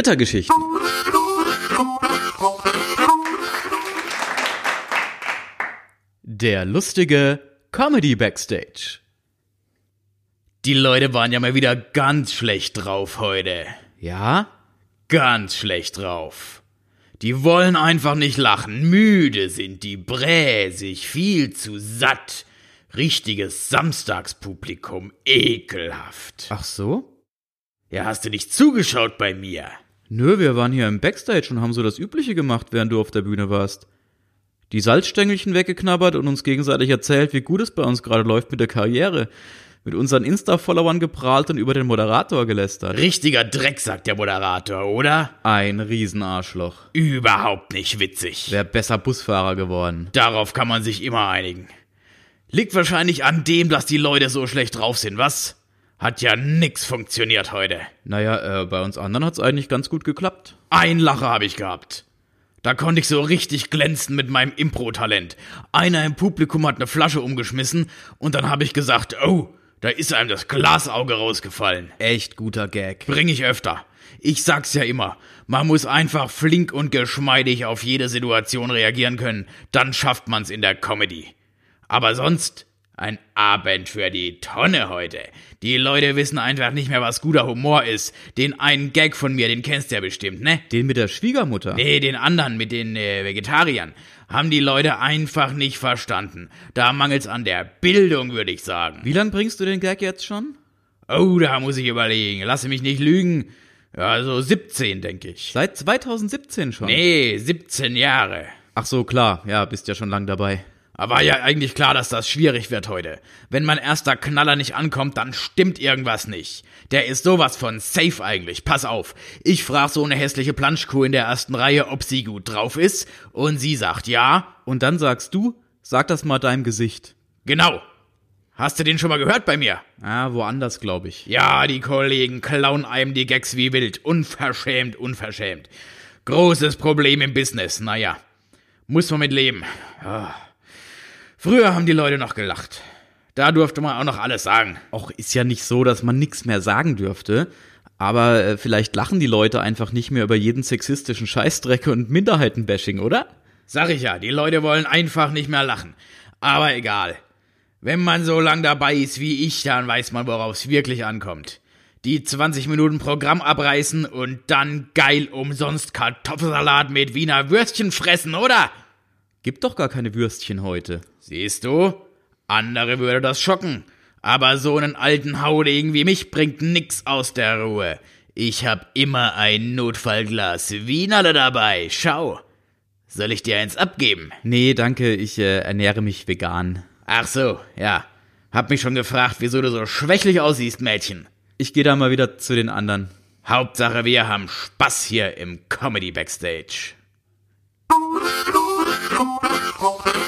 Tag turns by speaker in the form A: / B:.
A: Rittergeschichten. Der lustige Comedy Backstage.
B: Die Leute waren ja mal wieder ganz schlecht drauf heute.
A: Ja?
B: Ganz schlecht drauf. Die wollen einfach nicht lachen. Müde sind die, bräsig, viel zu satt. Richtiges Samstagspublikum, ekelhaft.
A: Ach so?
B: Ja, hast du nicht zugeschaut bei mir?
A: Nö, wir waren hier im Backstage und haben so das Übliche gemacht, während du auf der Bühne warst. Die Salzstängelchen weggeknabbert und uns gegenseitig erzählt, wie gut es bei uns gerade läuft mit der Karriere. Mit unseren Insta-Followern geprahlt und über den Moderator gelästert.
B: Richtiger Dreck, sagt der Moderator, oder?
A: Ein Riesenarschloch.
B: Überhaupt nicht witzig.
A: Wär besser Busfahrer geworden.
B: Darauf kann man sich immer einigen. Liegt wahrscheinlich an dem, dass die Leute so schlecht drauf sind, was? Hat ja nix funktioniert heute.
A: Naja, äh, bei uns anderen hat's eigentlich ganz gut geklappt.
B: Ein Lacher habe ich gehabt. Da konnte ich so richtig glänzen mit meinem Impro-Talent. Einer im Publikum hat eine Flasche umgeschmissen und dann habe ich gesagt, oh, da ist einem das Glasauge rausgefallen.
A: Echt guter Gag.
B: Bring ich öfter. Ich sag's ja immer, man muss einfach flink und geschmeidig auf jede Situation reagieren können, dann schafft man's in der Comedy. Aber sonst ein Abend für die Tonne heute. Die Leute wissen einfach nicht mehr, was guter Humor ist. Den einen Gag von mir, den kennst du ja bestimmt, ne?
A: Den mit der Schwiegermutter.
B: Nee, Äh, den anderen mit den äh, Vegetariern haben die Leute einfach nicht verstanden. Da mangelt's an der Bildung, würde ich sagen.
A: Wie lang bringst du den Gag jetzt schon?
B: Oh, da muss ich überlegen. Lasse mich nicht lügen. Ja, so 17, denke ich.
A: Seit 2017 schon.
B: Nee, 17 Jahre.
A: Ach so, klar. Ja, bist ja schon lang dabei.
B: Aber war ja eigentlich klar, dass das schwierig wird heute. Wenn mein erster Knaller nicht ankommt, dann stimmt irgendwas nicht. Der ist sowas von safe eigentlich. Pass auf. Ich frag so eine hässliche Planschkuh in der ersten Reihe, ob sie gut drauf ist. Und sie sagt ja.
A: Und dann sagst du, sag das mal deinem Gesicht.
B: Genau. Hast du den schon mal gehört bei mir?
A: Ah, woanders, glaube ich.
B: Ja, die Kollegen klauen einem die Gags wie wild. Unverschämt, unverschämt. Großes Problem im Business. Naja, muss man mit leben. Ah. Früher haben die Leute noch gelacht. Da durfte man auch noch alles sagen.
A: Auch ist ja nicht so, dass man nichts mehr sagen dürfte. Aber äh, vielleicht lachen die Leute einfach nicht mehr über jeden sexistischen Scheißdreck und Minderheitenbashing, oder?
B: Sag ich ja, die Leute wollen einfach nicht mehr lachen. Aber egal. Wenn man so lang dabei ist wie ich, dann weiß man, worauf es wirklich ankommt. Die 20 Minuten Programm abreißen und dann geil umsonst Kartoffelsalat mit Wiener Würstchen fressen, oder?
A: Gibt doch gar keine Würstchen heute.
B: Siehst du? Andere würde das schocken. Aber so einen alten Haudegen wie mich bringt nix aus der Ruhe. Ich hab immer ein Notfallglas Wienerle dabei. Schau. Soll ich dir eins abgeben?
A: Nee, danke, ich äh, ernähre mich vegan.
B: Ach so, ja. Hab mich schon gefragt, wieso du so schwächlich aussiehst, Mädchen.
A: Ich gehe da mal wieder zu den anderen.
B: Hauptsache, wir haben Spaß hier im Comedy Backstage.
C: Thank you.